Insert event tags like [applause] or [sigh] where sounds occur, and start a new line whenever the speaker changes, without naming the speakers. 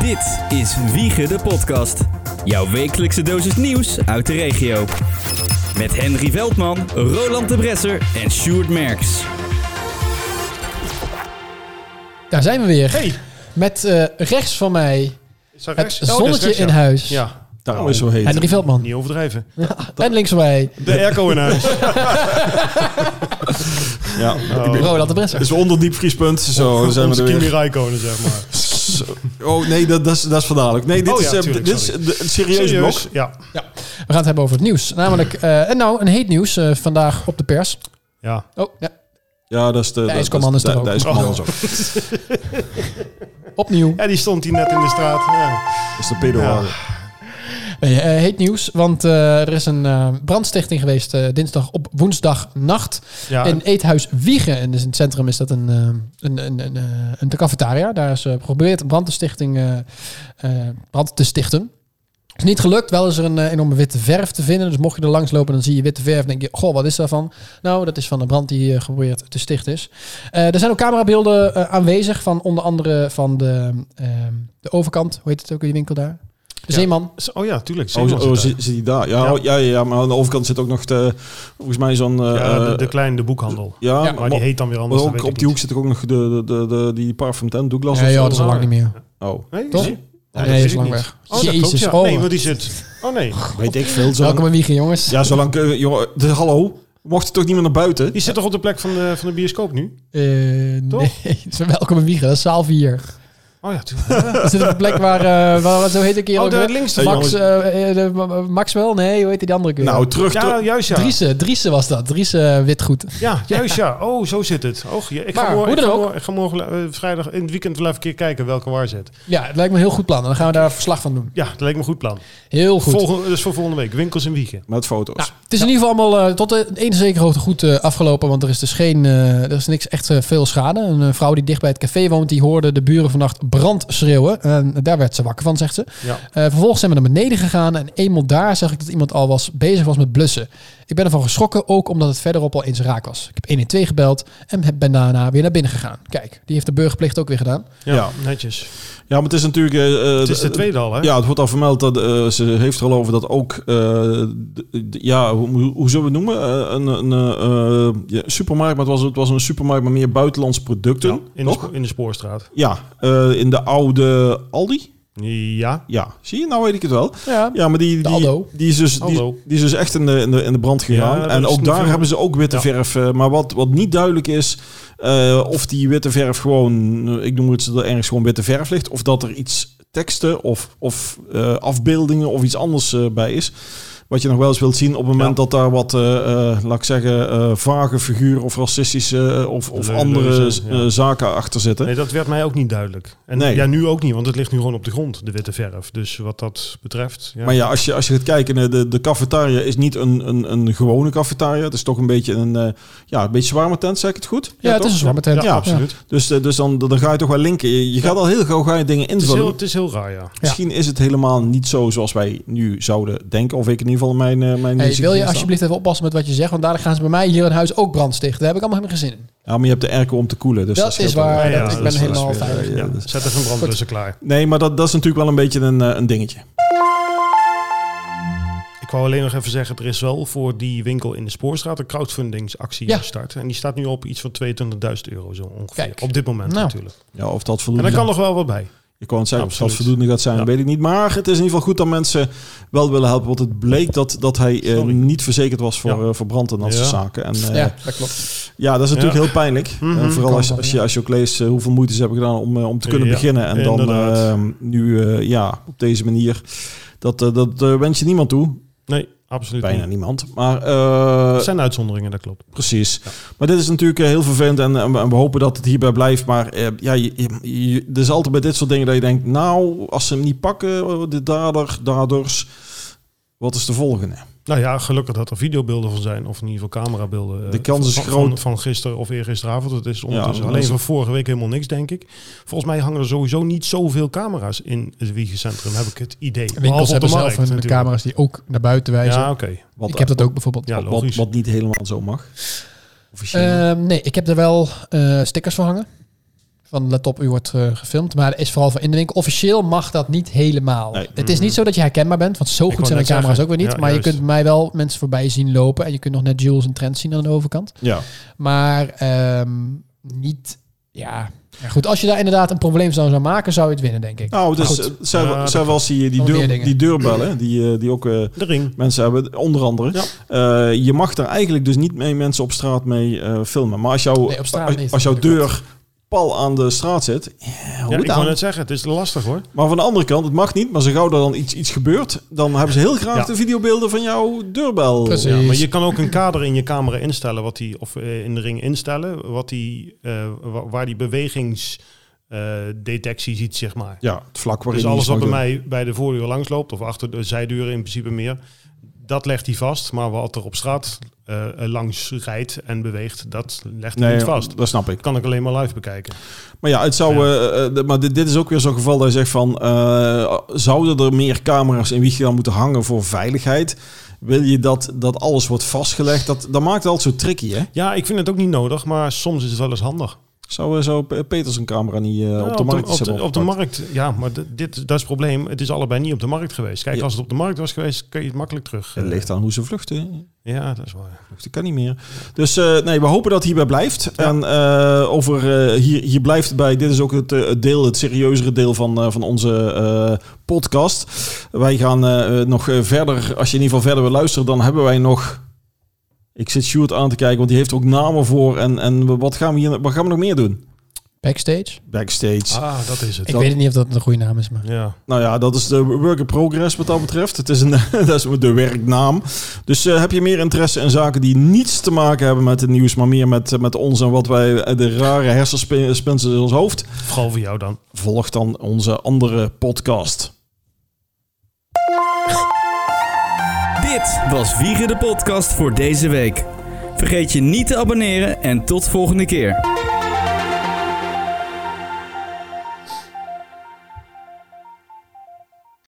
Dit is Wiegen de Podcast. Jouw wekelijkse dosis nieuws uit de regio. Met Henry Veldman, Roland de Bresser en Sjoerd Merks.
Daar zijn we weer.
Hey,
Met eh, rechts van mij
is dat
het
rechts? Oh, dat
zonnetje
is rechts,
in
ja.
huis.
Ja,
Daarom is het zo heet.
Henry Veldman.
niet overdrijven.
En links van mij
De airco in
[laughs]
huis.
Oh, ja. Ik ben-
Roland de Bresser.
Dus-
Het is onder diepvriespunt. Zo, dan zijn we
Oh, Onze
er
Kimi
weer.
Räikkönen, zeg maar.
Zo. Oh nee, dat, dat, is, dat is van dadelijk. Nee, dit
Oh ja,
is, eh,
tuurlijk,
dit is
sorry.
de- een [laughs] serieus, blok.
Ja.
We gaan het hebben over het nieuws. Namelijk, eh, en nou, een heet nieuws eh, vandaag op de pers.
ja.
Oh, ja,
Ja, dat is de... dat-
ijskoman is
dat-
er ook.
De ijskoman is ook.
Oh.
opnieuw.
Ja, die stond hier net in de straat. Ja.
Dat is de pedo. Oh,
Ja.
Nee, eh, heet nieuws, want eh, er is een eh, brandstichting geweest eh, dinsdag op woensdagnacht
Ja,
in Eethuis Wiegen. En dus in het centrum is dat een, eh, een, een, een, eh, een cafetaria. Daar is eh, geprobeerd een brand te, stichting, eh, eh, brand te stichten. Is niet gelukt. Wel is er een eh, enorme witte verf te vinden. Dus mocht je er langs lopen, dan zie je witte verf. En denk je, goh, wat is daarvan? Nou, dat is van de brand die eh, geprobeerd te stichten is. Eh, er zijn ook camerabeelden eh, aanwezig van onder andere van de, eh, de overkant. Hoe heet het ook, die winkel daar? De
Ja.
Zeeman.
Oh ja, tuurlijk.
Oh,
Zeeman
zo- oh,
zit
zit
daar.
zit die daar? Ja,
Ja.
oh, ja. ja, ja, maar aan de overkant zit ook nog de, volgens mij zo'n... eh,
ja, de,
eh,
de kleine de boekhandel.
ja,
Ja.
Maar die heet dan weer
maar
anders.
ook op die hoek zit ook nog de, de, de, de- die parfum tent, Douglas
Ja,
of
ja,
zo.
dat is al lang niet meer.
Oh,
Nee,
Toch?
Nee,
Nee,
dat
dat
weet
is
ik
lang
niet.
weg.
Oh, dat klopt,
Jezus,
ja.
oh.
Nee, maar die zit... Oh nee,
weet ik veel. Zo
Welkom in Wiegen, jongens.
ja, zolang... eh, Joh, de, hallo? Mocht er toch niemand naar buiten?
die zit toch op de plek van de, van de bioscoop nu?
Eh,
Toch?
nee, het is [laughs] welkom in Wiegen. Dat is zaal 4.
Oh ja, tuurlijk.
We zitten op een plek waar, eh waar wat zo heet ik hier
Oh,
ook
de
weer?
linkste
Max,
van-
eh, eh, de- Maxwell? Nee, hoe heet die de andere keer?
Nou, terug...
Ja,
terug-
juist ja.
Driese, Driese was dat. Driese Witgoed.
Ja, juist ja. Oh, zo zit het. Oh, ja, ik,
Maar,
ga morgen,
hoe
ik,
dan
ga
ook.
morgen, ik ga morgen eh, vrijdag in het weekend wel even een keer kijken welke waar zit.
Ja, het lijkt me een heel goed plan. En dan gaan we daar een verslag van doen.
Ja, dat lijkt me een goed plan.
Heel goed.
Volgende, dus voor volgende week. Winkels en wiegen.
Met foto's.
Nou, het is in ieder geval allemaal eh, tot de ene zekere hoogte goed eh, afgelopen. Want er is dus geen, eh, er is niks echt eh, veel schade. Een eh, vrouw die dicht bij het café woont, die hoorde de buren vannacht brand schreeuwen. En daar werd ze wakker van, zegt ze.
Ja.
Eh, vervolgens zijn we naar beneden gegaan en eenmaal daar zag ik dat iemand al was, bezig was met blussen. Ik ben ervan geschrokken, ook omdat het verderop al eens raak was. Ik heb 112 gebeld en heb- ben daarna weer naar binnen gegaan. Kijk, die heeft de burgerplicht ook weer gedaan.
Ja,
Ja.
netjes.
Ja, maar het is natuurlijk... eh, eh,
Het is de
eh,
tweede al, hè?
Ja, het wordt al vermeld dat eh, ze heeft er al over dat ook, eh, d- d- ja, hoe, hoe- hoe zullen we het noemen? Eh, een een eh, eh, ja, supermarkt, maar het was, het was een supermarkt met meer buitenlandse producten.
Ja, in, de,
toch?
spo- in de spoorstraat.
Ja, eh, in de oude Aldi.
Ja.
Ja, zie je, nou weet ik het wel.
Ja,
Ja, maar die,
De
die,
Aldo.
die, is, dus, die,
Aldo.
die is dus echt in de, in de, in de brand gegaan.
Ja, dat
en
is
ook
niet
daar
veel.
hebben ze ook witte
Ja.
verf. eh, Maar wat, wat niet duidelijk is, eh, of die witte verf gewoon, eh, ik noem het ze er ergens gewoon witte verf ligt, of dat er iets teksten of, of eh, afbeeldingen of iets anders eh, bij is. Wat je nog wel eens wilt zien op het moment
Ja.
dat daar wat, eh, eh, laat ik zeggen, eh, vage figuren of racistische eh, of, of
Leuze,
andere
ja.
eh, zaken achter zitten.
Nee, dat werd mij ook niet duidelijk. En
Nee.
ja, nu ook niet, want het ligt nu gewoon op de grond, de witte verf. Dus wat dat betreft. Ja.
Maar ja, als je, als je gaat kijken, eh, de, de cafetaria is niet een, een, een gewone cafetaria. Het is toch een beetje een, eh, ja, een beetje zwarme tent, zeg ik het goed?
ja, het
toch?
is een zwarte
ja,
tent.
absoluut.
Dus, eh, dus dan, dan ga je toch wel linken. Je, je gaat al heel gauw ga je dingen
Het, is
invullen.
heel, het is heel raar, ja.
Misschien is het helemaal niet zo zoals wij nu zouden denken. Of ik in ieder geval mijn... eh, mijn
Hey,
inzicht
wil je
in sta.
alsjeblieft even oppassen met wat je zegt? Want dadelijk gaan ze bij mij hier in huis ook brand stichten. Daar heb ik allemaal helemaal geen zin in.
Ja, maar je hebt de airco om te koelen. Dus
Dat
dat,
is
scheelt wel.
waar.
Ja, dat- ik ben
is-
helemaal
is weer,
veilig.
eh, ja,
Ja,
dat is-
Zet even een brandblusser klaar.
Nee, maar dat, dat is natuurlijk wel een beetje een, eh, een dingetje.
Ik wou alleen nog even zeggen, er is wel voor die winkel in de Spoorstraat een crowdfundingsactie
Ja.
gestart. En die staat nu op iets van 22.000 euro zo ongeveer.
Kijk.
Op dit moment
Nou.
natuurlijk.
Ja, of dat
En
voldoende...
daar kan nog wel wat bij.
Ik wou het zeggen, of dat
Absoluut.
voldoende gaat zijn,
Ja.
weet ik niet. Maar het is in ieder geval goed dat mensen wel willen helpen. Want het bleek dat, dat hij eh,
Sorry.
niet verzekerd was voor,
Ja.
eh, voor brand en dat
Ja.
soort zaken. En, eh,
ja,
ja.
dat klopt.
dat is natuurlijk
Ja.
heel pijnlijk. Eh,
Mhm.
vooral
Kan
als,
wel,
als,
ja.
je, als je ook leest eh, hoeveel moeite ze hebben gedaan om, eh, om te kunnen
Ja,
beginnen. En dan
inderdaad.
eh, nu eh, ja, op deze manier. Dat, eh, dat eh, wens je niemand toe.
Nee, absoluut
Bijna
niet.
niemand. Maar eh,
Het zijn uitzonderingen, dat klopt.
Precies. Maar dit is natuurlijk eh, heel vervelend en, en we- en we hopen dat het hierbij blijft. Maar eh, ja, je, je- je- er is altijd bij dit soort dingen dat je denkt... nou, als ze hem niet pakken, eh, de dader, daders... wat is de volgende?
Nou ja, gelukkig dat er videobeelden van zijn, of in ieder geval camerabeelden. eh,
De kans is
van,
groot.
Van, van gisteren of eergisteravond. Het is ondertussen
Ja,
alleen
is-
van vorige week helemaal niks, denk ik. Volgens mij hangen er sowieso niet zoveel camera's in het Wiegecentrum, heb ik het idee. Behalve op
Winkels
de
hebben zelf
markt
hun
natuurlijk.
camera's die ook naar buiten wijzen.
Ja, oké.
Wat,
ik heb dat ook bijvoorbeeld.
Ja,
wat,
logisch.
wat, niet helemaal zo mag. Officieel.
Ehm, nee, ik heb er wel eh, stickers voor eh, hangen. van let op, u wordt eh, gefilmd. Maar dat is vooral voor in de winkel. Officieel mag dat niet helemaal.
Nee.
Het is niet zo dat je herkenbaar bent, want zo
Mm. Ik
goed
wou
zijn de
net
camera's
zeggen,
ook weer niet.
ja,
maar
juist.
je kunt mij wel mensen voorbij zien lopen. En je kunt nog net Jules en Trent zien aan de overkant.
Ja.
Maar ehm, niet, ja. ja. Goed, als je daar inderdaad een probleem zou zou maken, zou je het winnen, denk ik.
Nou, dus
Goed.
het zijn,
Ja,
zijn wel eens die, die,
Nog meer
deur,
dingen.
die deurbellen, die, eh, die ook eh,
De ring.
mensen hebben, onder andere. Eh, je mag daar eigenlijk dus niet mee mensen op straat mee eh, filmen. Maar als, jouw
Nee, op straat
als,
niet,
als jouw
natuurlijk.
deur pal aan de straat zit, ja, hoe
Ja, ik
dan?
wou net zeggen, het is lastig hoor.
Maar van de andere kant, het mag niet. Maar zo gauw er dan iets, iets gebeurt, dan hebben ze heel graag
Ja.
de videobeelden van jouw deurbel.
Precies.
Ja, maar je kan ook een kader in je camera instellen, wat die, of eh, in de ring instellen, wat die, eh, wa- waar die bewegingsdetectie ziet, zeg maar.
Ja, het vlak waarin
Dus
je
alles
iets
wat bij
mag doen.
mij bij de voordeur langsloopt, of achter de zijduren in principe meer, dat legt hij vast. Maar wat er op straat eh, langs rijdt en beweegt, dat legt hij
Nee,
niet vast.
dat snap ik.
Dat kan ik alleen maar live bekijken.
Maar ja, het zou, eh, eh, de- maar dit, dit is ook weer zo'n geval dat je zegt van... eh, zouden er meer camera's in Wiegedam moeten hangen voor veiligheid? Wil je dat, dat alles wordt vastgelegd? Dat, dat maakt het altijd zo tricky, hè?
Ja, ik vind het ook niet nodig, maar soms is het wel eens handig.
Zou, eh, zou Pe- Peters een camera niet eh,
Ja,
op de markt
op de,
zetten?
op de markt, ja, maar d- dit, dat is het probleem. Het is allebei niet op de markt geweest. Kijk,
Ja.
als het op de markt was geweest, kun je het makkelijk terug.
Het
eh,
ligt aan hoe ze vluchten.
Ja, dat is waar.
Dat kan niet meer. Dus eh, nee, we hopen dat het hierbij blijft. En eh, over eh, hier, hier blijft het bij. Dit is ook het, eh, het deel, het serieuzere deel van, eh, van onze eh, podcast. Wij gaan eh, eh, nog eh, verder. Als je in ieder geval verder wil luisteren, dan hebben wij nog. Ik zit Sjoerd aan te kijken, want die heeft er ook namen voor. En, en wat gaan we hier wat gaan we nog meer doen?
Backstage?
Backstage.
Ah, dat is het.
Ik weet het niet of dat een goede naam is, maar...
Ja.
Nou ja, dat is de work in progress wat dat betreft. Het is een, [laughs] dat is de werknaam. Dus eh, heb je meer interesse in zaken die niets te maken hebben met het nieuws, maar meer met, eh, met ons en wat wij, eh, de rare hersenspinsels in ons hoofd?
Vooral voor jou dan.
Volg dan onze andere podcast.
Dit was Wiegen de Podcast voor deze week. Vergeet je niet te abonneren en tot volgende keer.